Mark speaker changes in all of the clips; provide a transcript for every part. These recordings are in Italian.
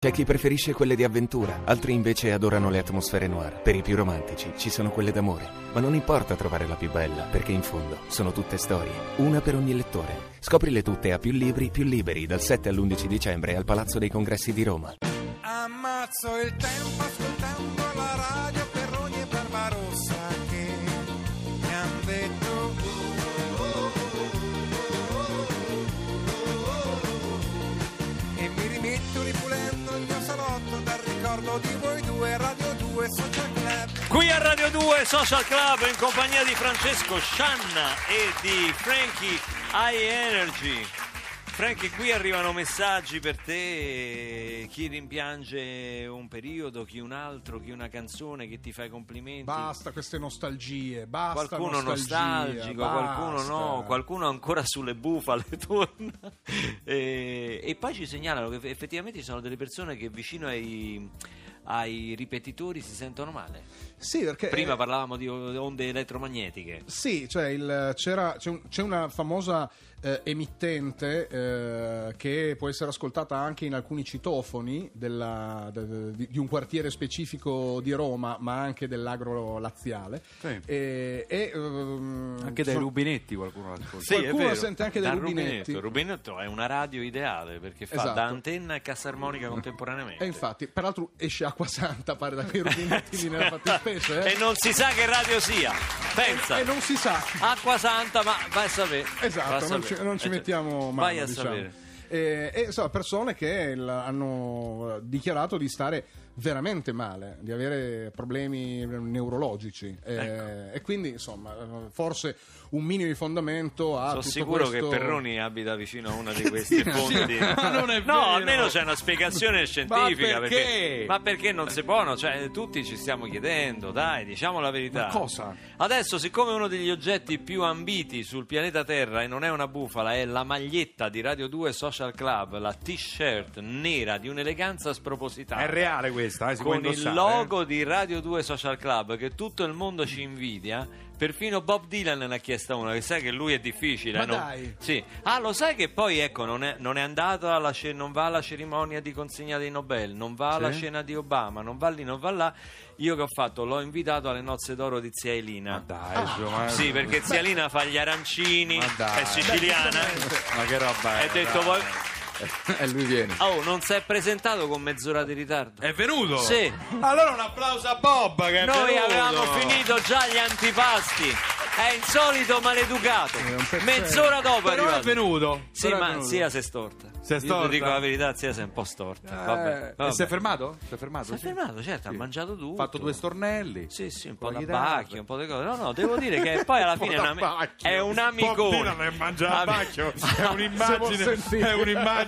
Speaker 1: C'è chi preferisce quelle di avventura, altri invece adorano le atmosfere noir. Per i più romantici ci sono quelle d'amore, ma non importa trovare la più bella, perché in fondo sono tutte storie, una per ogni lettore. Scoprile tutte a più libri, più liberi, dal 7 all'11 dicembre al Palazzo dei Congressi di Roma.
Speaker 2: Ammazzo il tempo ascoltando la radio per ogni Barbarossa che mi han detto e mi rimetto ripulendo il mio salotto dal ricordo di voi due Radio 2 Social Club
Speaker 3: Qui a Radio 2 Social Club in compagnia di Francesco Scianna e di Frankie High Energy. Frankie, qui arrivano messaggi per te, chi rimpiange un periodo, chi un altro, chi una canzone, che ti fa i complimenti.
Speaker 4: Basta queste nostalgie, basta
Speaker 3: qualcuno
Speaker 4: nostalgia,
Speaker 3: nostalgico,
Speaker 4: basta.
Speaker 3: qualcuno no, qualcuno ancora sulle bufale torna. E, e poi ci segnalano che effettivamente ci sono delle persone che vicino ai, ai ripetitori si sentono male.
Speaker 4: Sì, perché eh,
Speaker 3: Prima parlavamo di onde elettromagnetiche.
Speaker 4: Sì, cioè il- c'era- c'è, un- c'è una famosa eh, emittente eh, che può essere ascoltata anche in alcuni citofoni della- de- de- di, di un quartiere specifico di Roma, ma anche dell'agro laziale.
Speaker 5: Sì.
Speaker 4: E, e, ehm,
Speaker 5: Anche dai
Speaker 4: sono-
Speaker 5: rubinetti qualcuno l'ascolta.
Speaker 4: Sì. Qualcuno sente anche dai
Speaker 3: Dal
Speaker 4: rubinetti.
Speaker 3: rubinetto. Il rubinetto è una radio ideale perché fa
Speaker 4: Esatto.
Speaker 3: da antenna e cassa armonica contemporaneamente.
Speaker 4: E infatti, peraltro esce acqua santa, pare da quei rubinetti nella fattispecie. eh.
Speaker 3: e non si sa che radio sia. Pensa.
Speaker 4: E non si sa.
Speaker 3: Acqua santa, ma vai a sapere. Vai a
Speaker 4: Esatto, non
Speaker 3: sapere.
Speaker 4: ci, non ci
Speaker 3: Eh,
Speaker 4: mettiamo mano.
Speaker 3: Vai a
Speaker 4: diciamo.
Speaker 3: sapere.
Speaker 4: E, e, insomma, persone che il- hanno eh, dichiarato di stare veramente male, di avere problemi neurologici. Eh,
Speaker 3: Ecco.
Speaker 4: E quindi, insomma, eh, forse un minimo di fondamento a
Speaker 3: Sono
Speaker 4: Ah, tutto
Speaker 3: sicuro
Speaker 4: questo-
Speaker 3: che Perroni abita vicino a una di queste fonti.
Speaker 5: Ma non è
Speaker 3: No,
Speaker 5: vero.
Speaker 3: almeno c'è una spiegazione scientifica.
Speaker 5: Ma perché?
Speaker 3: ma perché non si può? no? Cioè, tutti ci stiamo chiedendo, dai, diciamo la verità.
Speaker 5: Ma cosa?
Speaker 3: Adesso, siccome uno degli oggetti più ambiti sul pianeta Terra, e non è una bufala, è la maglietta di Radio 2 Social Club, la t-shirt nera di un'eleganza spropositata
Speaker 5: È reale questa, eh, si può
Speaker 3: con il
Speaker 5: indossare, eh.
Speaker 3: logo di Radio 2 Social Club che tutto il mondo ci invidia. Perfino Bob Dylan ne ha chiesta una, che sai che lui è difficile.
Speaker 4: Ma
Speaker 3: non-
Speaker 4: dai!
Speaker 3: Sì. Ah, lo sai che poi ecco, non è, non è andato alla ce- non va alla cerimonia di consegna dei Nobel, non va alla
Speaker 5: Sì.
Speaker 3: cena di Obama, non va lì, non va là. Io che ho fatto? L'ho invitato alle nozze d'oro di zia
Speaker 5: eh. Ma
Speaker 3: Elina.
Speaker 5: dai, su, ma-
Speaker 3: Sì, perché zia Elina fa gli arancini,
Speaker 5: Ma dai.
Speaker 3: è siciliana.
Speaker 5: Ma che roba è?
Speaker 3: E detto,
Speaker 5: dai.
Speaker 3: "Vuoi-
Speaker 5: E lui viene.
Speaker 3: oh, non si è presentato con mezz'ora di ritardo.
Speaker 5: È venuto?
Speaker 3: Sì.
Speaker 5: Allora un applauso a Bob che è
Speaker 3: Noi
Speaker 5: venuto.
Speaker 3: avevamo finito già gli antipasti. È insolito maleducato.
Speaker 4: un pezzetto.
Speaker 3: Mezz'ora dopo è
Speaker 5: Però è
Speaker 3: arrivato.
Speaker 5: venuto.
Speaker 3: Sì,
Speaker 5: Però è
Speaker 3: ma
Speaker 5: venuto.
Speaker 3: zia si è storta.
Speaker 5: Si è
Speaker 3: Io
Speaker 5: storta?
Speaker 3: ti dico la verità, zia si è un po'
Speaker 5: Eh,
Speaker 3: storta. Vabbè,
Speaker 5: e
Speaker 3: vabbè.
Speaker 5: si è fermato? Si è fermato,
Speaker 3: Si è
Speaker 5: sì.
Speaker 3: fermato, certo,
Speaker 5: Sì.
Speaker 3: ha mangiato tutto.
Speaker 5: Ha fatto due stornelli.
Speaker 3: Sì, sì, un po'
Speaker 5: Poi
Speaker 3: da
Speaker 5: gli dà-
Speaker 3: bacchio, un po' di cose. No, no, devo dire che poi alla fine è, una-
Speaker 5: Tabacchio.
Speaker 3: è un
Speaker 5: Bob
Speaker 3: amicone.
Speaker 5: Dylan che mangia la
Speaker 3: Ami-
Speaker 5: bacchio è
Speaker 4: Se
Speaker 5: un'immagine
Speaker 4: vuol sentire.
Speaker 5: è un'immagine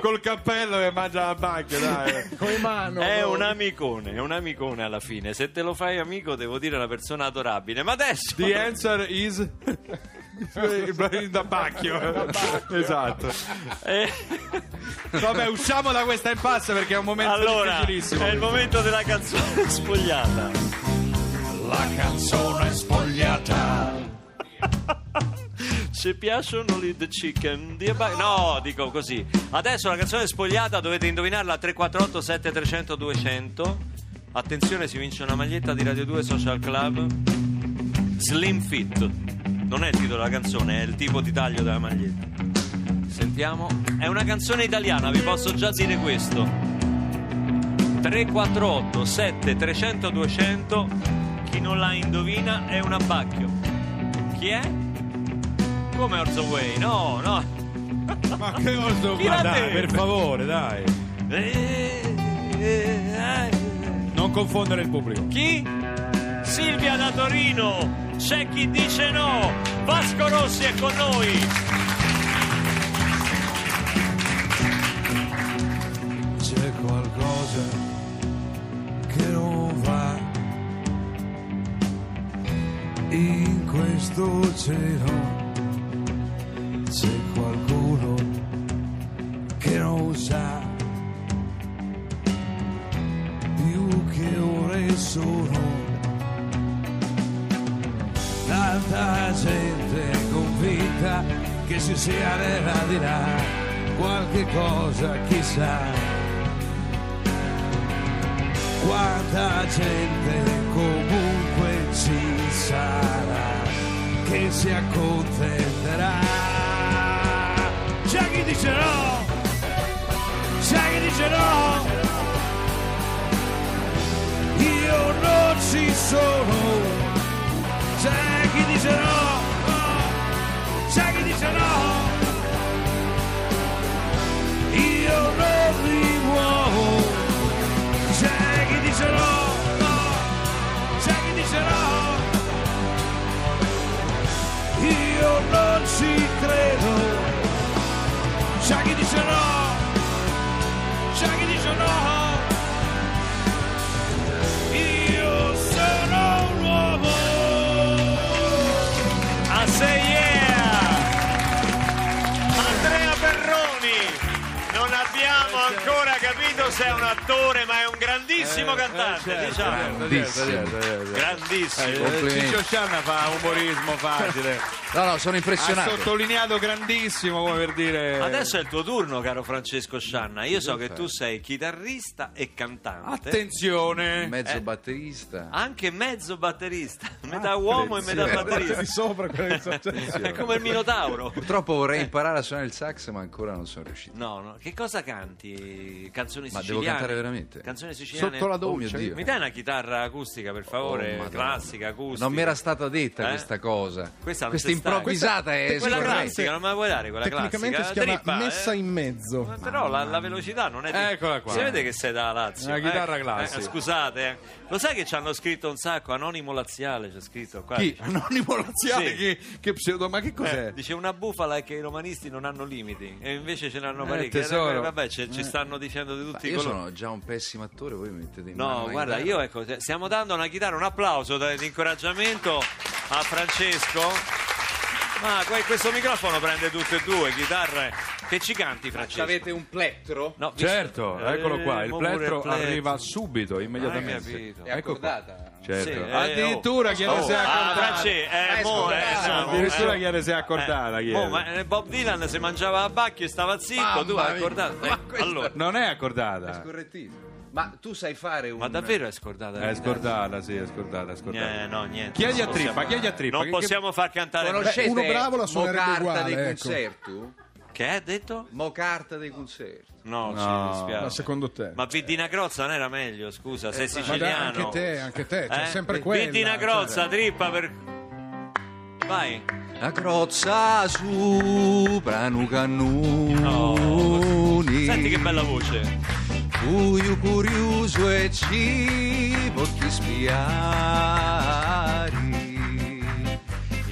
Speaker 5: col cappello che mangia la bacchio dai
Speaker 4: Come mano.
Speaker 3: È
Speaker 4: no?
Speaker 3: un amicone, è un amicone alla fine. Se te lo fai amico, devo dire è una persona adorabile. Ma adesso
Speaker 5: The answer is da bacchio. esatto.
Speaker 3: Eh.
Speaker 5: Vabbè, usciamo da questa impasse perché è un momento
Speaker 3: Allora, eh,
Speaker 5: difficilissimo.
Speaker 3: è il momento della canzone spogliata.
Speaker 5: La canzone spogliata.
Speaker 3: Se piacciono lì the chicken, the abba- no, dico così. Adesso la canzone spogliata dovete indovinarla 348 7300 200. Attenzione, si vince una maglietta di Radio 2 Social Club. Slim Fit. Non è il titolo della canzone, è il tipo di taglio della maglietta. Sentiamo. È una canzone italiana, vi posso già dire questo. 348 7300 200. Chi non la indovina è un abbacchio. Chi è? Come Orzo Way? No, no.
Speaker 5: Ma che cosa
Speaker 3: Chi l'ha
Speaker 5: ma dai,
Speaker 3: detto?
Speaker 5: per favore, dai.
Speaker 3: Eh, eh, eh.
Speaker 5: Non confondere il pubblico.
Speaker 3: Chi? Silvia da Torino. C'è chi dice no. Vasco Rossi è con noi.
Speaker 2: c'è qualcosa che non va in questo cielo c'è qualcuno che non sa più che ore sono tanta gente convinta che si sia nella di là qualche cosa chissà
Speaker 6: quanta gente comunque ci sarà che si accontenterà. C'è chi dice no, c'è chi dice no, io non ci sono, c'è chi dice no, no, c'è chi dice no. Io non mi muovo, c'è chi dice no, no, c'è chi dice no. Io non ci credo, c'è chi dice no, c'è chi dice no. Io sono un uomo.
Speaker 3: A sei yeah! Andrea Perroni! Non abbiamo ancora capito se è un attore, ma è un grandissimo cantante,
Speaker 5: certo, Eh,
Speaker 3: diciamo. Grandissimo.
Speaker 2: Complimenti.
Speaker 5: Ciccio Scianna fa umorismo facile.
Speaker 2: No, no, sono
Speaker 5: Ha
Speaker 2: impressionato.
Speaker 5: sottolineato grandissimo come per dire.
Speaker 3: Adesso è il tuo turno, caro Francesco Scianna. Io so che tu sei chitarrista e cantante.
Speaker 5: Attenzione!
Speaker 2: Mezzo
Speaker 3: Eh.
Speaker 2: batterista.
Speaker 3: Anche mezzo batterista, metà uomo e metà
Speaker 2: attenzione.
Speaker 4: Di
Speaker 3: batterista.
Speaker 4: sopra quella di sotto.
Speaker 3: È come il Minotauro.
Speaker 2: Purtroppo vorrei imparare a suonare il sax, ma ancora non sono riuscito.
Speaker 3: No, no, che cosa canti? Canzoni
Speaker 2: Ma
Speaker 3: siciliane?
Speaker 2: devo cantare veramente?
Speaker 3: Canzoni siciliane?
Speaker 2: Sotto la
Speaker 3: Oh,
Speaker 2: oh, mio Dio.
Speaker 3: Mi dai una chitarra acustica, per
Speaker 2: Oh,
Speaker 3: favore?
Speaker 2: Madonna.
Speaker 3: classica, acustica.
Speaker 2: Non mi era stata detta
Speaker 3: Eh?
Speaker 2: questa cosa. Questa,
Speaker 3: Questa non c'è stata.
Speaker 2: improvvisata è
Speaker 3: Quella
Speaker 2: scorretta.
Speaker 3: classica, non me la puoi dare quella
Speaker 4: Tecnicamente
Speaker 3: classica?
Speaker 4: si chiama
Speaker 3: Trippa, eh?
Speaker 4: messa in mezzo.
Speaker 3: Ma Però la, la velocità non è. di-
Speaker 5: Eccola qua.
Speaker 3: Si vede che sei da Lazio.
Speaker 5: Una
Speaker 3: eh?
Speaker 5: chitarra classica.
Speaker 3: Eh, scusate, eh. lo sai che ci hanno scritto un sacco? Anonimo Laziale c'è scritto qua.
Speaker 5: Chi? Anonimo Laziale,
Speaker 3: eh. Sì.
Speaker 5: che, che pseudo, ma che cos'è?
Speaker 3: Eh, dice una bufala è che i romanisti non hanno limiti e invece ce n'hanno
Speaker 5: Eh,
Speaker 3: parecchi.
Speaker 5: tesoro.
Speaker 3: Eh, Vabbè, ce- ci stanno dicendo di
Speaker 2: Ma
Speaker 3: tutti i
Speaker 2: Io
Speaker 3: colori.
Speaker 2: sono già un pessimo attore, voi mi mettete in mano
Speaker 3: No,
Speaker 2: una
Speaker 3: guarda,
Speaker 2: chitarra.
Speaker 3: io ecco, te- stiamo dando una chitarra, un applauso da- di incoraggiamento a Francesco. Ma que- questo microfono prende tutte e due, chitarre. Che ci canti, Francesco?
Speaker 7: Avete un plettro?
Speaker 3: No, vi-
Speaker 5: Certo,
Speaker 3: Eh,
Speaker 5: eccolo qua, il
Speaker 3: mo pure
Speaker 5: plettro
Speaker 3: plettro.
Speaker 5: arriva subito,
Speaker 3: Ah, hai
Speaker 5: immediatamente.
Speaker 3: capito.
Speaker 7: È
Speaker 5: Ecco qua.
Speaker 7: accordata.
Speaker 5: Certo.
Speaker 3: Sì, eh,
Speaker 5: addirittura
Speaker 3: oh.
Speaker 5: chi non
Speaker 3: Oh,
Speaker 5: si è
Speaker 3: ah,
Speaker 5: accordata.
Speaker 3: Franci, eh,
Speaker 7: Eh,
Speaker 3: mo, eh,
Speaker 7: scusate,
Speaker 3: no,
Speaker 5: addirittura
Speaker 3: eh,
Speaker 5: chi non si è accordata.
Speaker 3: eh,
Speaker 5: chi è?
Speaker 3: mo, ma, eh, Bob Dylan se mangiava a bacchio e stava zitto, tu
Speaker 2: Mamma
Speaker 3: hai
Speaker 2: mia.
Speaker 3: accordato.
Speaker 2: Ma
Speaker 3: Eh,
Speaker 2: questa-
Speaker 3: allora,
Speaker 5: Non è accordata.
Speaker 2: Scorrettino.
Speaker 7: Ma tu sai fare un.
Speaker 3: ma davvero è scordata?
Speaker 5: È scordata, sì, è scordata, è scordata.
Speaker 3: Eh, no, eh, niente.
Speaker 5: Chiedi
Speaker 3: non
Speaker 5: a Trippa,
Speaker 3: possiamo-
Speaker 5: chiedi a Trippa,
Speaker 3: Non
Speaker 5: che-
Speaker 3: possiamo far cantare.
Speaker 2: Conoscete
Speaker 4: uno bravo la suonerebbe
Speaker 2: Mocarta
Speaker 4: uguale,
Speaker 2: dei
Speaker 4: ecco.
Speaker 2: concerti?
Speaker 3: Che ha detto?
Speaker 2: Mocarta dei concerti.
Speaker 3: No,
Speaker 5: No.
Speaker 3: ci dispiace.
Speaker 4: Ma secondo te?
Speaker 3: Ma Vittina Crozza non era meglio, scusa, sei
Speaker 4: Ma dai,
Speaker 3: siciliano.
Speaker 4: anche te, anche te, c'è
Speaker 3: Eh?
Speaker 4: sempre
Speaker 3: Vi-
Speaker 4: quella. cioè.
Speaker 3: Vittina Crozza, trippa per... Vai.
Speaker 2: La crozza sopra nu cannoni.
Speaker 3: Oh. Senti che bella voce.
Speaker 2: Cuiu curioso e ci pochi spiari.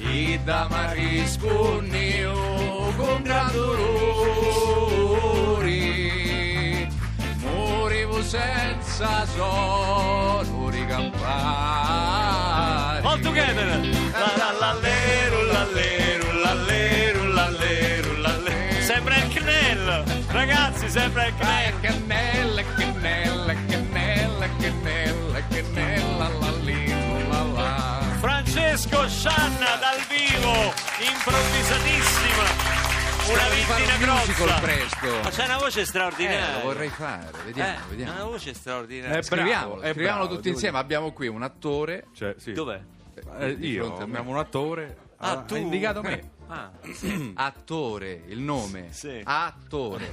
Speaker 2: I da rispugnio con gran dolori. Morivo senza solo ricampare.
Speaker 3: All together. La la la leru, la leru, la leru, la leru, la leru. Sembra il Knell. Ragazzi, sembra il
Speaker 2: Eh,
Speaker 3: Knell.
Speaker 2: Cannella, cannella, cannella, cannella, cannella, la lì, la la.
Speaker 3: Francesco Scianna dal vivo, improvvisatissima. Una
Speaker 2: Spero di fare
Speaker 3: Vittina
Speaker 2: un musical
Speaker 3: Crozza.
Speaker 2: presto.
Speaker 3: Ma c'è una voce straordinaria.
Speaker 2: Eh, lo vorrei fare, vediamo,
Speaker 3: Eh, Una
Speaker 2: vediamo.
Speaker 3: voce straordinaria.
Speaker 5: Eh,
Speaker 2: Scriviamolo,
Speaker 5: bravo, è
Speaker 2: scriviamolo
Speaker 5: bravo,
Speaker 2: tutti
Speaker 5: devo
Speaker 2: insieme. Abbiamo qui un attore.
Speaker 5: Cioè, sì.
Speaker 3: Dov'è?
Speaker 5: Eh,
Speaker 2: di
Speaker 5: io,
Speaker 2: fronte a me.
Speaker 5: abbiamo un attore.
Speaker 3: Ah,
Speaker 5: ha-
Speaker 3: tu.
Speaker 5: Ha indicato me.
Speaker 3: Ah,
Speaker 2: Attore, il nome.
Speaker 3: Sì.
Speaker 2: Attore.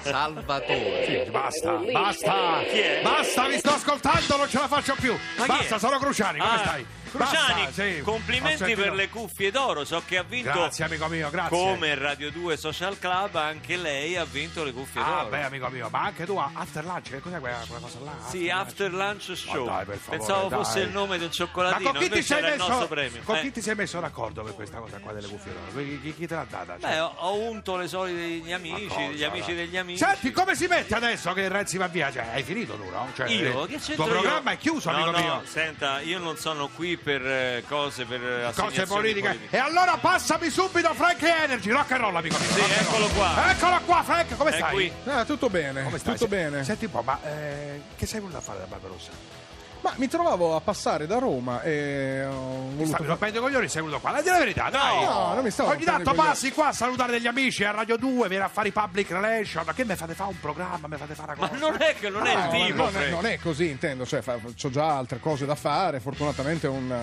Speaker 2: Salvatore.
Speaker 5: Basta, basta,
Speaker 3: Chi è?
Speaker 5: basta, vi sto ascoltando, non ce la faccio più.
Speaker 3: Ma chi
Speaker 5: basta,
Speaker 3: è?
Speaker 5: sono Cruciani, come
Speaker 3: Ah,
Speaker 5: stai?
Speaker 3: Cruciani,
Speaker 5: Basta, sì. Ho
Speaker 3: complimenti
Speaker 5: sentito-
Speaker 3: per le cuffie d'oro. So che ha vinto
Speaker 5: Grazie, amico mio, grazie.
Speaker 3: come Radio 2 Social Club, anche lei ha vinto le cuffie
Speaker 5: Ah,
Speaker 3: d'oro.
Speaker 5: beh, amico mio, ma anche tu, After Lunch, che cos'è quella, quella cosa là?
Speaker 3: Sì, After Lunch Show.
Speaker 5: Ma dai, per favore,
Speaker 3: Pensavo fosse
Speaker 5: dai.
Speaker 3: il nome di un
Speaker 5: Ma
Speaker 3: cioccolatino,
Speaker 5: con chi ti
Speaker 3: invece
Speaker 5: sei
Speaker 3: era il nostro
Speaker 5: messo?
Speaker 3: premio.
Speaker 5: Con
Speaker 3: Eh,
Speaker 5: chi ti sei messo d'accordo per questa cosa qua delle cuffie d'oro? Chi, chi- chi te l'ha data? Cioè,
Speaker 3: Beh, ho, ho unto le solite degli amici,
Speaker 5: cosa,
Speaker 3: degli amici
Speaker 5: dai?
Speaker 3: degli amici.
Speaker 5: Senti, come si mette adesso che Renzi va via? Cioè, hai finito tu, no? Cioè,
Speaker 3: Io? Che
Speaker 5: Il
Speaker 3: c'entro
Speaker 5: tuo
Speaker 3: io?
Speaker 5: programma è chiuso,
Speaker 3: no,
Speaker 5: amico
Speaker 3: no,
Speaker 5: mio.
Speaker 3: senta, io non sono qui per eh, cose, per eh,
Speaker 5: Cose
Speaker 3: assegnazioni
Speaker 5: politiche.
Speaker 3: politiche.
Speaker 5: E allora passami subito Frank Energy, rock and roll, amico mio.
Speaker 3: Sì,
Speaker 5: rock and roll.
Speaker 3: eccolo qua.
Speaker 5: Eccolo qua, Frank, come
Speaker 3: È
Speaker 5: stai?
Speaker 3: qui.
Speaker 4: Ah, tutto bene,
Speaker 5: Come stai?
Speaker 4: tutto
Speaker 5: Se-
Speaker 4: bene.
Speaker 5: Senti un po', ma eh, che sei venuto a fare da Barbarossa?
Speaker 8: Ma mi trovavo a passare da Roma e ho
Speaker 6: Mi sta
Speaker 8: voluto...
Speaker 6: rompendo i coglioni, sei venuto qua. La dire la verità, dai.
Speaker 8: No, non mi stavo
Speaker 6: Ogni
Speaker 8: rompendo
Speaker 6: tanto
Speaker 8: i coglioni.
Speaker 6: passi qua a salutare degli amici a Radio 2, vieni a fare i public relation. Ma che mi fate fare un programma? Mi fate fare una
Speaker 3: Ma
Speaker 6: cosa?
Speaker 3: non è che
Speaker 5: Ah,
Speaker 3: non è
Speaker 8: No,
Speaker 3: il
Speaker 8: ma
Speaker 3: tipo,
Speaker 8: "Ah, non, è,
Speaker 3: Frank.
Speaker 8: non è così, intendo, cioè, ho già altre cose da fare, fortunatamente una,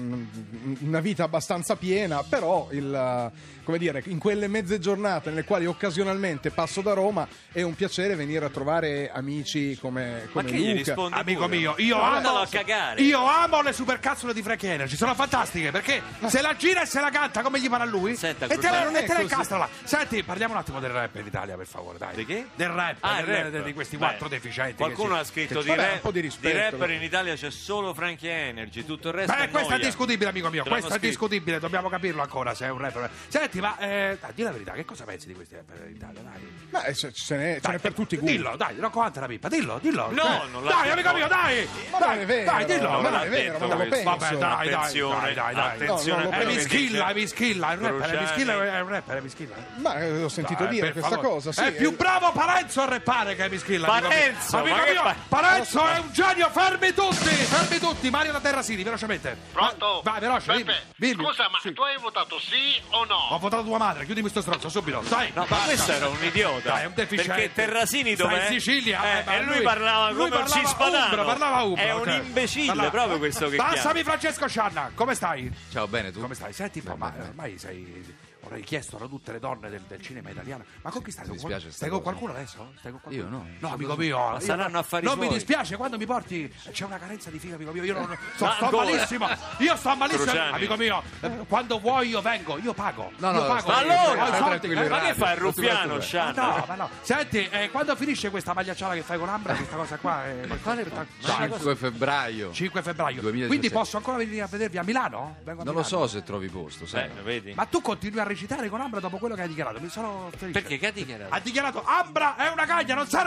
Speaker 8: un- una vita abbastanza piena, però il, eh, come dire, in quelle mezze giornate nelle quali occasionalmente passo da Roma è un piacere venire a trovare amici come,
Speaker 3: Ma
Speaker 8: come
Speaker 3: che gli
Speaker 8: Luca.
Speaker 3: rispondi
Speaker 6: Amico
Speaker 3: pure?
Speaker 6: mio, io
Speaker 3: Mandalo
Speaker 6: amo,
Speaker 3: a cagare.
Speaker 6: io amo le supercazzole di Frank Energy, sono fantastiche perché se la gira e se la canta come gì pare a lui
Speaker 3: Senta,
Speaker 6: e te
Speaker 3: Cruzzato.
Speaker 6: la, non è te la
Speaker 8: Ecco,
Speaker 6: incastra là. Senti, parliamo un attimo del rap in Italia, per favore, dai.
Speaker 3: Di che?
Speaker 6: Del rap,
Speaker 3: Ah, il
Speaker 6: del-
Speaker 3: rap.
Speaker 6: di questi
Speaker 3: Beh,
Speaker 6: quattro deficienti. che
Speaker 3: Qualcuno
Speaker 6: ci-
Speaker 3: ha scritto di,
Speaker 8: Vabbè, un
Speaker 3: rap-
Speaker 8: po' di rispetto,
Speaker 3: rapper
Speaker 8: però.
Speaker 3: in Italia c'è solo Frankie Energy, tutto il resto
Speaker 6: Beh,
Speaker 3: è
Speaker 6: questo Eh, è
Speaker 3: noia.
Speaker 6: discutibile, amico mio.
Speaker 3: Te l'hanno
Speaker 6: Questo è
Speaker 3: scritto.
Speaker 6: discutibile, dobbiamo capirlo ancora se è un rapper. Senti, ma eh, dai, di la verità, che cosa pensi di questi rapper in Italia? Dai.
Speaker 8: Ma eh, ce, ce n'è, ce
Speaker 6: Dai,
Speaker 8: n'è per tutti i gusti.
Speaker 6: Dillo, dai, Rocco Ante la pippa, dillo, dillo.
Speaker 3: No,
Speaker 6: Dai,
Speaker 3: non l'ha
Speaker 6: Dai,
Speaker 3: detto.
Speaker 6: amico mio, dai.
Speaker 8: Ma
Speaker 6: dai,
Speaker 8: non è vero,
Speaker 6: Dai, dillo.
Speaker 8: ma
Speaker 6: ma
Speaker 8: non è vero, ma non lo
Speaker 6: questo.
Speaker 8: penso.
Speaker 6: Vabbè, dai, dai,
Speaker 3: Attenzione,
Speaker 6: dai, dai, dai.
Speaker 3: attenzione.
Speaker 8: No, no,
Speaker 6: È
Speaker 8: quello che
Speaker 6: Mischilla, è Mischilla, è un rapper, è
Speaker 3: Cruciani.
Speaker 6: Mischilla, è un rapper, è Mischilla.
Speaker 8: Ma eh, ho sentito
Speaker 6: Dai,
Speaker 8: dire
Speaker 6: per
Speaker 8: questa
Speaker 6: favore.
Speaker 8: cosa. Sì,
Speaker 6: È più
Speaker 8: eh,
Speaker 6: bravo Parenzo a reppare che Mischilla. amico mio.
Speaker 3: Parenzo,
Speaker 6: Amico
Speaker 3: ma che
Speaker 6: mio,
Speaker 3: pa-
Speaker 6: Parenzo è un genio, fermi tutti, fermi tutti. Mario da Terra Siri, velocemente.
Speaker 4: Pronto?
Speaker 6: Vai, veloce, dimmi,
Speaker 4: Peppe,
Speaker 6: dimmi.
Speaker 4: Scusa, ma
Speaker 6: Sì.
Speaker 4: tu hai votato sì o
Speaker 6: Ho
Speaker 4: no?
Speaker 6: votato tua madre, chiudimi sto stronzo subito. Dai,
Speaker 3: No, ma
Speaker 6: basta.
Speaker 3: questo era un idiota.
Speaker 6: Dai, è un deficiente.
Speaker 3: Perché Terrasini
Speaker 6: Sta
Speaker 3: dov'è?
Speaker 6: in Sicilia,
Speaker 3: Eh,
Speaker 6: eh, ma
Speaker 3: e lui,
Speaker 6: lui-
Speaker 3: parlava come
Speaker 6: lui parlava
Speaker 3: un cispadano.
Speaker 6: umbro, parlava umbro,
Speaker 3: È un
Speaker 6: ok.
Speaker 3: imbecille
Speaker 6: Parlava-
Speaker 3: proprio questo che
Speaker 6: Passami Francesco Scianna, come stai?
Speaker 5: Ciao, bene tu?
Speaker 6: Come stai? Senti un po',
Speaker 5: Beh,
Speaker 6: ma
Speaker 5: beh, beh.
Speaker 6: ormai sei... Avrei chiesto a tutte le donne del, del cinema italiano. Ma con chi stai?
Speaker 5: mi
Speaker 6: Con-
Speaker 5: dispiace sta
Speaker 6: stai con
Speaker 5: cosa.
Speaker 6: qualcuno adesso? Stai con qualcuno?
Speaker 5: Io no.
Speaker 6: No,
Speaker 5: Sono
Speaker 6: amico
Speaker 5: così.
Speaker 6: mio.
Speaker 3: Ma
Speaker 6: io
Speaker 3: saranno
Speaker 6: no-
Speaker 3: affari
Speaker 6: Non mi
Speaker 3: suoi.
Speaker 6: dispiace quando mi porti. C'è una carenza di figa, amico mio. Io non, sto,
Speaker 3: Ma
Speaker 6: sto
Speaker 3: ancora?
Speaker 6: malissimo. Io sto malissimo,
Speaker 3: Cruciani.
Speaker 6: amico mio. Eh, Quando vuoi io vengo, io pago.
Speaker 5: No, no,
Speaker 6: io pago.
Speaker 3: Ma
Speaker 5: stai-
Speaker 6: Ho i
Speaker 3: allora,
Speaker 6: soldi,
Speaker 5: stai tranquillo,
Speaker 3: ma
Speaker 6: eh,
Speaker 3: che
Speaker 5: radio,
Speaker 3: fa il
Speaker 5: questo
Speaker 3: ruffiano,
Speaker 5: questo
Speaker 6: ma
Speaker 3: Sciano?
Speaker 6: no, ma no. Senti, eh, quando finisce questa magliacciata che fai con Ambra, questa cosa qua è
Speaker 5: quale-
Speaker 6: Dai,
Speaker 5: 5 febbraio.
Speaker 6: 5 febbraio.
Speaker 5: 2017.
Speaker 6: Quindi posso ancora venire a vedervi a Milano? Vengo a
Speaker 5: Non
Speaker 6: Milano.
Speaker 5: lo so se trovi posto, sai.
Speaker 3: Eh, vedi?
Speaker 6: Ma tu continui a recitare con Ambra dopo quello che hai dichiarato? Mi sono felice.
Speaker 3: Perché che ha dichiarato?
Speaker 6: Ha dichiarato Ambra è una cagna, non sa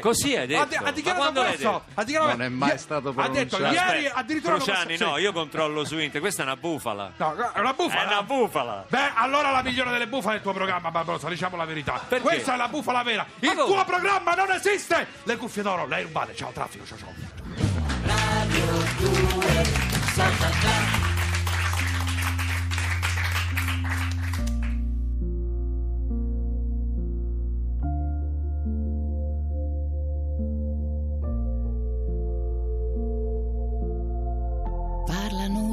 Speaker 3: Così hai detto.
Speaker 6: Ha, di- ha
Speaker 3: Ma
Speaker 6: dichiarato
Speaker 3: quando l'hai
Speaker 6: questo!
Speaker 3: detto?
Speaker 6: Ha dichiarato...
Speaker 5: Non è mai
Speaker 6: Ie-
Speaker 5: stato
Speaker 6: Ha detto
Speaker 5: pronunciato.
Speaker 6: ieri
Speaker 3: Aspetta,
Speaker 6: addirittura... lo
Speaker 3: Cruciani,
Speaker 6: posso-
Speaker 3: no,
Speaker 6: sì.
Speaker 3: io controllo su internet, questa è una bufala.
Speaker 6: No, è una bufala.
Speaker 3: È una bufala.
Speaker 6: Beh, allora la migliore delle bufale è il tuo programma, Barbosa, diciamo la verità.
Speaker 3: Perché?
Speaker 6: Questa è la bufala vera. Il
Speaker 3: come?
Speaker 6: tuo programma non esiste! Le cuffie d'oro, le hai rubate. Ciao, traffico, ciao, ciao.
Speaker 9: Parlano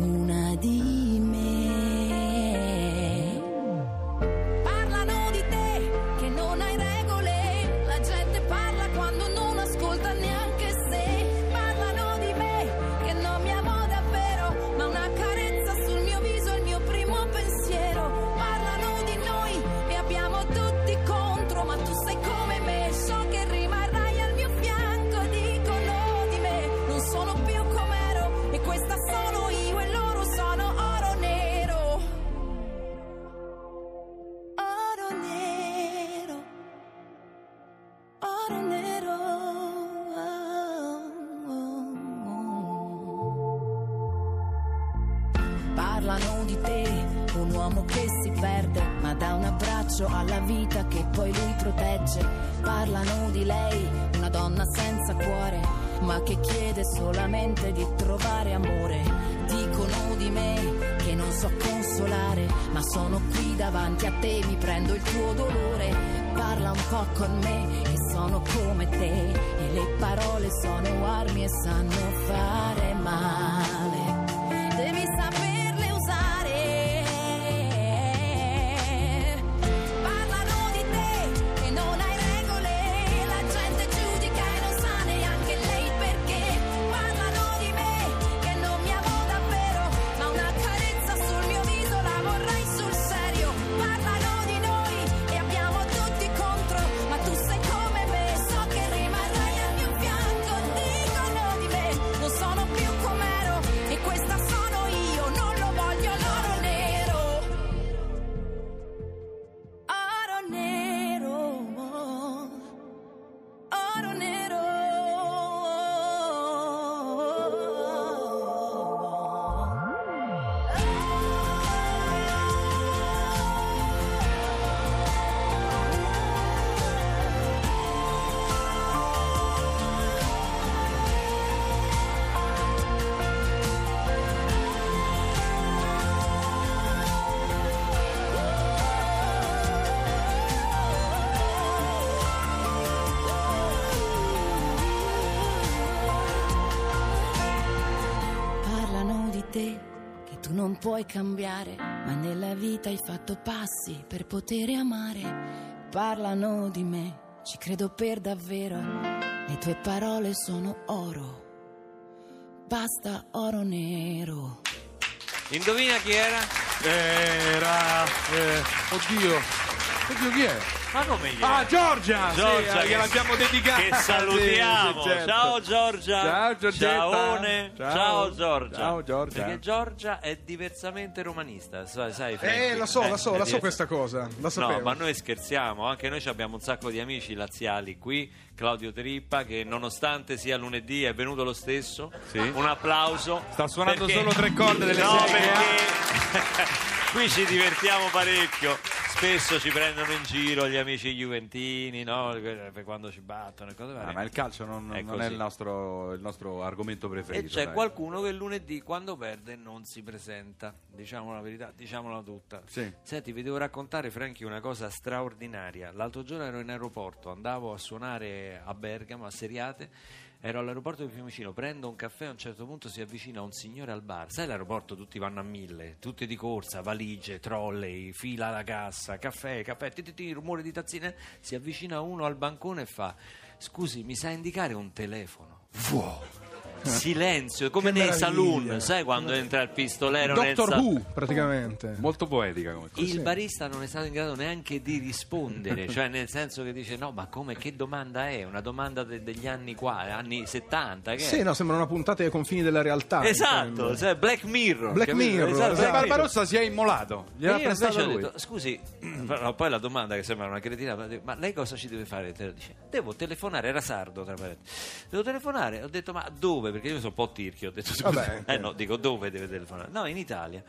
Speaker 9: una di me. Parlano di te che non hai regole, la gente parla quando non ascolta neanche se. Parlano di me che non mi amo davvero, ma una carezza sul mio viso è il mio primo pensiero. Parlano di noi e abbiamo tutti contro, ma tu sei come me, so che rimarrai al mio fianco. Dicono di me, non sono più com'ero e questa sono io e loro sono oro nero oro nero, oro nero. Parlano di te, un uomo che si perde, ma dà un abbraccio alla vita che poi lui protegge. Parlano di lei, una donna senza cuore, ma che chiede solamente di trovare amore. Dicono di me che non so consolare, ma sono qui davanti a te, mi prendo il tuo dolore. Parla un po' con me, che sono come te, e le parole sono armi e sanno fare male devi saperle usare. Parlano di te che non hai regole, la gente giudica e non sa neanche lei perché. Parlano di me che non mi amo davvero, ma una carezza sul mio viso la vorrei sul serio. Parlano di noi e abbiamo tutti contro, ma tu sei come me, so che rimarrai al mio fianco. Dicono di me, non sono più com'ero. te che tu non puoi cambiare, ma nella vita hai fatto passi per poter amare. Parlano di me, ci credo per davvero, le tue parole sono oro, basta oro nero.
Speaker 3: Indovina chi era?
Speaker 5: Era. eh, oddio. Oddio, chi è?
Speaker 3: Ma come gli
Speaker 5: Ah,
Speaker 3: era?
Speaker 5: Giorgia!
Speaker 3: Giorgia,
Speaker 5: sì,
Speaker 3: che-
Speaker 5: gliel'abbiamo dedicata.
Speaker 3: Che salutiamo!
Speaker 5: Sì, sì, certo.
Speaker 3: Ciao Giorgia!
Speaker 5: Ciao, Giorgetta.
Speaker 3: Ciaone. Ciao.
Speaker 5: Ciao.
Speaker 3: Giorgia!
Speaker 5: Ciao, Giorgia.
Speaker 3: Perché Giorgia è diversamente romanista, sai, sai
Speaker 4: Eh,
Speaker 3: Frankie?
Speaker 4: la so,
Speaker 3: è
Speaker 4: la so, la so
Speaker 3: diversa-
Speaker 4: questa cosa. La sapevo.
Speaker 3: eh, No, ma noi scherziamo, anche noi ci abbiamo un sacco di amici laziali qui, Claudio Trippa che nonostante sia lunedì è venuto lo stesso,
Speaker 5: Sì.
Speaker 3: un applauso.
Speaker 5: Sta suonando
Speaker 3: perché-
Speaker 5: solo tre corde delle
Speaker 3: No,
Speaker 5: sei eh? che
Speaker 3: perché qui ci divertiamo parecchio, spesso ci prendono in giro gli amici juventini, no? per quando ci battono e cose varie.
Speaker 5: Ah, ma il calcio non,
Speaker 3: È
Speaker 5: non è Eh,
Speaker 3: così.
Speaker 5: il nostro, il nostro argomento
Speaker 3: E
Speaker 5: preferito.
Speaker 3: c'è
Speaker 5: dai.
Speaker 3: qualcuno che lunedì quando perde non si presenta, diciamo la verità, diciamola tutta.
Speaker 5: Sì.
Speaker 3: Senti, vi devo raccontare Franchi una cosa straordinaria. L'altro giorno ero in aeroporto, andavo a suonare a Bergamo, a Seriate, ero all'aeroporto di Fiumicino, prendo un caffè, a un certo punto si avvicina un signore al bar. Sai l'aeroporto tutti vanno a mille, tutti di corsa, valigie, trolley, fila alla cassa, caffè, caffè, ti, ti, ti, rumore di tazzine. Si avvicina uno al bancone e fa, scusi, mi sa indicare un telefono? Silenzio, come
Speaker 4: Che
Speaker 3: nei
Speaker 4: meraviglia.
Speaker 3: saloon, sai quando entra il pistolero nel
Speaker 4: Doctor
Speaker 3: saloon?
Speaker 4: Who, praticamente.
Speaker 5: Molto poetica come cosa.
Speaker 3: Il barista non è stato in grado neanche di rispondere, cioè nel senso che dice no, ma come che domanda è? Una domanda de- degli anni qua, anni 70, che è?"
Speaker 4: Sì, no, sembra una puntata ai confini della realtà. mi
Speaker 3: Esatto,
Speaker 4: sembra.
Speaker 3: cioè Black Mirror.
Speaker 4: Black Mirror,
Speaker 3: Esatto,
Speaker 5: Se
Speaker 4: esatto.
Speaker 3: Black Mirror.
Speaker 5: Barbarossa si è immolato.
Speaker 3: E io
Speaker 5: Gliel'ha prestato
Speaker 3: invece ho
Speaker 5: lui.
Speaker 3: detto, scusi, però poi la domanda che sembra una cretina, ma dico, ma lei cosa ci deve fare? Te lo dice, devo telefonare, era sardo tra parentesi, devo telefonare, ho detto ma dove? Perché io sono un po' tirchio, ho detto,
Speaker 4: Vabbè,
Speaker 3: eh
Speaker 4: ok.
Speaker 3: no, dico dove deve telefonare? No, in Italia.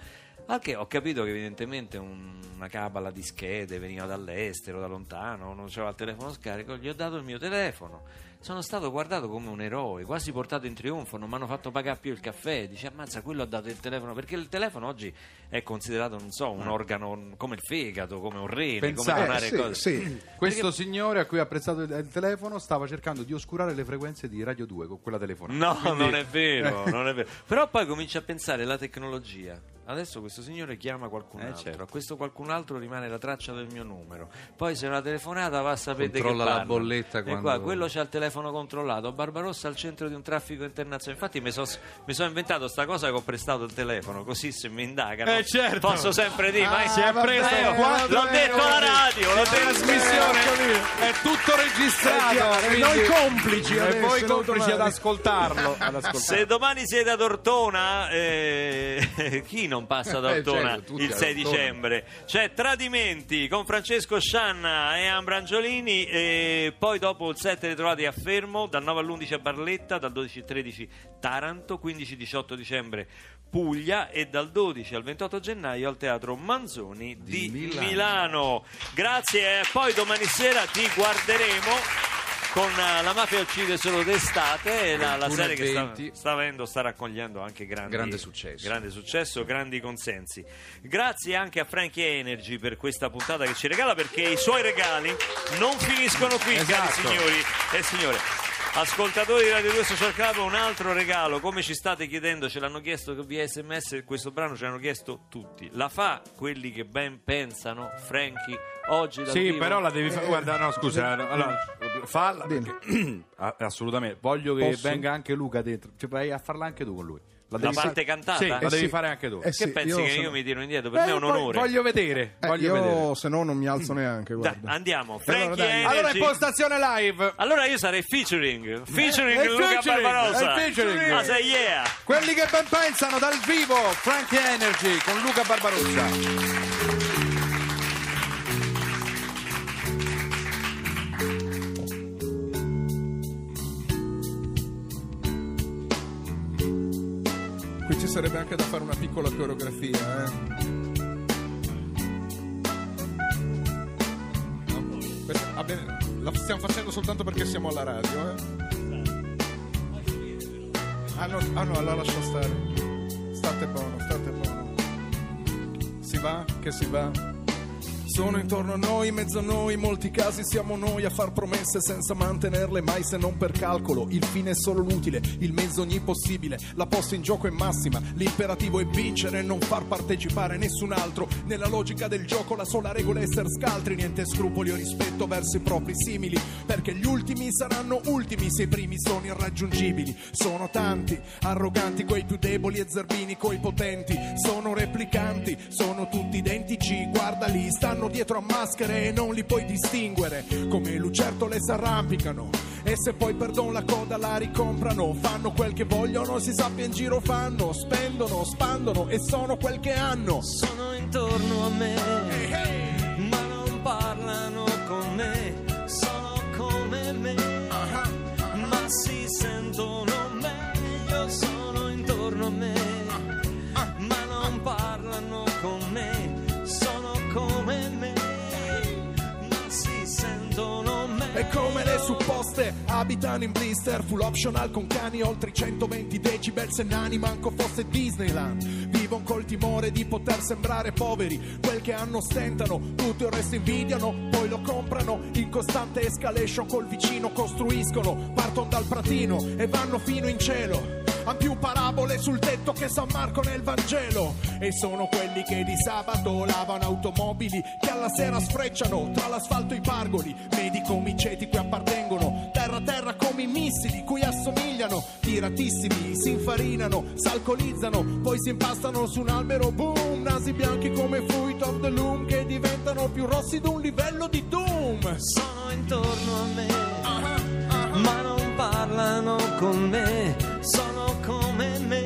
Speaker 3: Al che ho capito che evidentemente un- una cabala di schede veniva dall'estero, da lontano, non c'era il telefono scarico, gli ho dato il mio telefono. Sono stato guardato come un eroe, quasi portato in trionfo, non mi hanno fatto pagare più il caffè. Dice, ammazza, quello ha dato il telefono, perché il telefono oggi è considerato, non so, un organo come il fegato, come un rene, come
Speaker 5: Pensate,
Speaker 4: Ah. Eh,
Speaker 3: donare
Speaker 4: sì,
Speaker 3: cose.
Speaker 4: sì.
Speaker 5: Questo signore a cui ha apprezzato il, il telefono stava cercando di oscurare le frequenze di Radio 2 con quella telefonata.
Speaker 3: No,
Speaker 5: Quindi-
Speaker 3: non è vero, non è vero. Però poi comincia a pensare alla tecnologia. Adesso questo signore chiama qualcun
Speaker 5: Eh,
Speaker 3: altro,
Speaker 5: certo.
Speaker 3: a questo qualcun altro rimane la traccia del mio numero. Poi se è una telefonata va a sapere che
Speaker 10: Controlla la
Speaker 3: parlano.
Speaker 10: bolletta
Speaker 3: E
Speaker 10: quando-
Speaker 3: qua quello c'ha il telefono controllato, Barbarossa al centro di un traffico internazionale. Infatti mi sono inventato sta cosa che ho prestato il telefono, così se mi indagano
Speaker 5: Eh, certo.
Speaker 3: posso sempre dire, ma
Speaker 4: Ah,
Speaker 3: si è
Speaker 4: vabbè,
Speaker 3: preso,
Speaker 4: vabbè,
Speaker 3: l'ho detto alla
Speaker 4: vabbè.
Speaker 3: radio, l'ho
Speaker 5: La
Speaker 3: detto
Speaker 5: trasmissione
Speaker 6: Ecco
Speaker 5: è tutto
Speaker 4: Eh, chiaro,
Speaker 5: registrato.
Speaker 4: e
Speaker 5: quindi-
Speaker 4: noi complici
Speaker 5: E
Speaker 4: adesso,
Speaker 5: voi
Speaker 4: non
Speaker 5: complici ad
Speaker 4: domani.
Speaker 5: ascoltarlo. ad ascoltarlo.
Speaker 3: Se domani siete ad Ortona, eh, chi non passa ad
Speaker 10: Eh,
Speaker 3: Ortona
Speaker 10: certo, tutti
Speaker 3: il
Speaker 10: ad
Speaker 3: 6
Speaker 10: Ortona.
Speaker 3: dicembre? C'è Tradimenti con Francesco Scianna e Ambrangiolini e poi dopo il 7 ritrovati a Fermo, dal 9 all'11 a Barletta, dal 12 al 13 Taranto, 15-18 dicembre Puglia e dal 12 al 28 gennaio al Teatro Manzoni
Speaker 10: Di
Speaker 3: di, Milano.
Speaker 10: Milano.
Speaker 3: Grazie, eh, poi domani sera ti guarderemo con eh, La mafia uccide solo d'estate, e la,
Speaker 10: 21
Speaker 3: la
Speaker 10: e
Speaker 3: serie che sta,
Speaker 10: 20.
Speaker 3: sta avendo, sta raccogliendo anche grandi,
Speaker 10: Grande successo.
Speaker 3: grande successo, grandi consensi. Grazie anche a Frankie Energy per questa puntata che ci regala perché i suoi regali non finiscono qui, cari signori e signore. Ascoltatori di Radio 2 Social Club, un altro regalo, come ci state chiedendo, ce l'hanno chiesto via sms, questo brano ce l'hanno chiesto tutti. La fa quelli che ben pensano, Frankie, oggi dal
Speaker 5: Sì,
Speaker 3: vivo?
Speaker 5: però la devi fare. Guarda, no, scusa,
Speaker 4: Eh,
Speaker 5: no, allora, falla
Speaker 4: Bene.
Speaker 5: perché- ah, assolutamente. Voglio che
Speaker 4: Posso?
Speaker 5: venga anche Luca dentro. Cioè, vai a farla anche tu con lui.
Speaker 3: La
Speaker 5: devi
Speaker 3: parte
Speaker 5: fare-
Speaker 3: cantata?
Speaker 5: Sì, la
Speaker 3: Eh
Speaker 5: devi
Speaker 4: sì.
Speaker 5: fare anche tu.
Speaker 4: Eh
Speaker 3: Che
Speaker 4: sì,
Speaker 3: pensi
Speaker 4: io
Speaker 3: che
Speaker 4: sono-
Speaker 3: io mi tiro indietro? Per me è un
Speaker 5: Eh, poi-
Speaker 3: onore.
Speaker 5: Voglio vedere.
Speaker 4: Eh,
Speaker 5: voglio
Speaker 4: io
Speaker 5: vedere.
Speaker 4: se no non mi alzo neanche,
Speaker 3: Dai,
Speaker 4: guarda.
Speaker 3: andiamo.
Speaker 4: Allora,
Speaker 3: Frankie
Speaker 4: dai.
Speaker 3: Energy.
Speaker 5: Allora, impostazione live.
Speaker 3: Allora io sarei featuring. Featuring
Speaker 5: Eh, è
Speaker 3: Luca
Speaker 5: featuring,
Speaker 3: Barbarossa.
Speaker 5: è featuring.
Speaker 3: Ah, sei yeah.
Speaker 5: Quelli che ben pensano dal vivo, Frankie Energy con Luca Barbarossa.
Speaker 4: Qui ci sarebbe anche da fare una piccola coreografia, eh. No? Questa- ah, bene, la stiamo facendo soltanto perché siamo alla radio, eh. Ah no, ah, no, allora lascia stare. State buono, state buono. Si va, che si va.
Speaker 11: Senti
Speaker 4: Sono intorno a noi, in mezzo a noi, in molti casi siamo noi a far promesse senza mantenerle mai se non per calcolo. Il fine è solo l'utile, il mezzo ogni possibile. La posta in gioco è massima, l'imperativo è vincere e non far partecipare nessun altro. Nella logica del gioco la sola regola è essere scaltri, niente scrupoli o rispetto verso i propri simili, perché gli ultimi saranno ultimi se i primi sono irraggiungibili. Sono tanti, arroganti coi più deboli e zerbini coi potenti. Sono replicanti, sono tutti identici, guardali, stanno dietro a maschere e non li puoi distinguere. Come lucertole s'arrampicano. E se poi perdono la coda la ricomprano, fanno quel che vogliono, si sappia in giro fanno, spendono, spandono e sono quel che hanno.
Speaker 3: Sono intorno a me, ma non parlano con me. Sono come me, ma si sentono meglio. Sono intorno a me, ma non parlano con me. Sono come me, ma si sentono meglio.
Speaker 4: E come le supposte abitano in blister Full optional con cani oltre i 120 decibel Se nani manco fosse Disneyland Vivono col timore di poter sembrare poveri Quel che hanno stentano, tutto il resto invidiano Poi lo comprano, in costante escalation col vicino Costruiscono, partono dal pratino e vanno fino in cielo ha più parabole sul tetto che San Marco nel Vangelo E sono quelli che di sabato lavano automobili Che alla sera sfrecciano tra l'asfalto e i pargoli Vedi come i ceti qui appartengono Terra a terra come i missili cui assomigliano Tiratissimi, si infarinano, s'alcolizzano Poi si impastano su un albero, boom Nasi bianchi come fruit of the loom Che diventano più rossi d'un livello di doom Ah,
Speaker 3: sono intorno a me, ma non parlano con me, sono come me,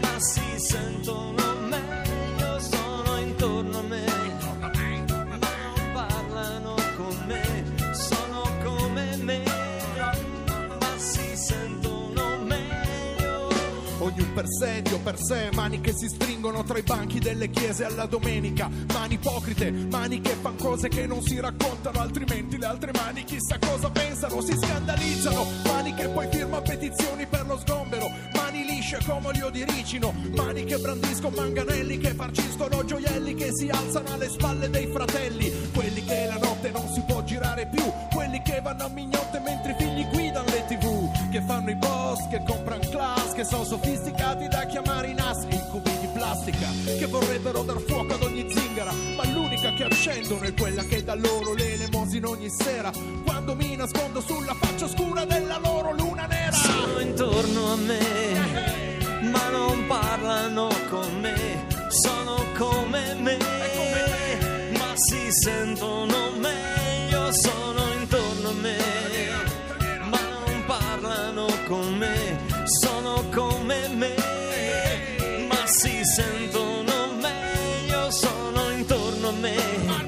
Speaker 3: ma si sentono meglio, sono intorno a me, ma non parlano con me, sono come me, ma si sentono meglio.
Speaker 4: Ognuno per sé, Dio per sé, mani che si stringono tra i banchi delle chiese alla domenica, mani ipocrite, mani che fan cose che non si raccontano, altrimenti le altre mani chissà cosa pensano, si scandalizzano, mani che poi firma petizioni per lo sgombero, mani lisce come olio di ricino, mani che brandiscono manganelli, che farciscono gioielli, che si alzano alle spalle dei fratelli, quelli che la notte non si può girare più, quelli che vanno a mignotte mentre i figli guidano le tv, che fanno i boss, che comprano class, che sono sofisticati da chiamare i naschi, i cubi di plastica, che vorrebbero dar fuoco ad ogni zingara, ma l'unica che accendono è quella che da loro le elemosina ogni sera, quando mi nascondo sulla faccia oscura della loro luna nera.
Speaker 3: Sono intorno a me, ma non parlano con me. Sono come me, ma si sentono meglio. Sono intorno a me, ma non parlano con me. Sono come me, ma si sentono meglio. Sono intorno a me, ma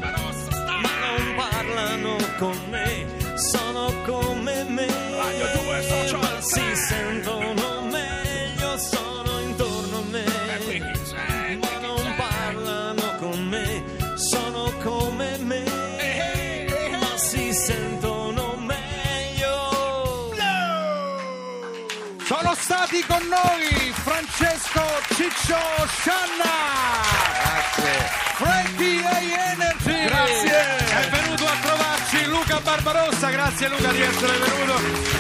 Speaker 3: non parlano con me. Sono come me, ma si sentono meglio. Sono intorno a me,
Speaker 5: Eh, cioè,
Speaker 3: ma non parlano con me. Sono come me,
Speaker 5: Eh,
Speaker 3: ma si sentono meglio.
Speaker 5: Eh, Sono stati con noi Francesco Ciccio Scianna,
Speaker 12: Grazie.
Speaker 5: Freddy A Energy.
Speaker 12: Grazie.
Speaker 5: È venuto a trovarci Luca Barbarossa, grazie Luca di essere venuto.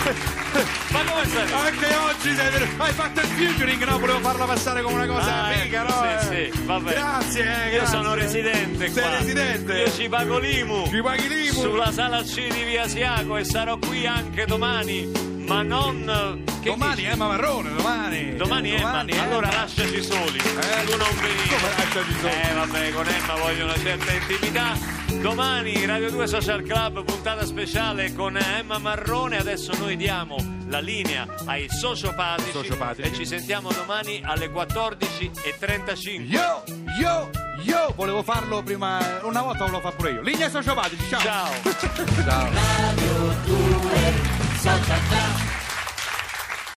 Speaker 6: Ma come sei?
Speaker 5: Anche oggi sei venuto. Hai fatto il featuring, no? Volevo farla passare come una cosa
Speaker 6: Ah,
Speaker 5: figa,
Speaker 6: ecco,
Speaker 5: no?
Speaker 6: sì,
Speaker 5: Eh.
Speaker 6: sì, vabbè.
Speaker 5: Grazie, eh,
Speaker 6: Io
Speaker 5: grazie.
Speaker 6: sono residente
Speaker 5: Sei
Speaker 6: qua.
Speaker 5: residente?
Speaker 6: Io ci pago l'IMU.
Speaker 5: Ci paghi l'IMU?
Speaker 6: Sulla sala C di Via Siago e sarò qui anche domani, ma non... eh, Che
Speaker 5: Domani
Speaker 6: dici?
Speaker 5: è Mamarrone, domani.
Speaker 6: Domani Emma,
Speaker 5: eh,
Speaker 6: allora lasciaci soli. tu non venire.
Speaker 5: Come lasciaci soli?
Speaker 6: Eh vabbè, con Emma voglio una certa intimità. Domani Radio 2 Social Club, puntata speciale con Emma Marrone. Adesso noi diamo la linea ai sociopatici,
Speaker 5: Sociopatici.
Speaker 6: e ci sentiamo domani alle 14.35.
Speaker 5: Yo, yo, yo. Volevo farlo prima. Una volta volevo far pure io. Linea sociopatici,
Speaker 6: Ciao!
Speaker 12: Ciao.
Speaker 3: Social Club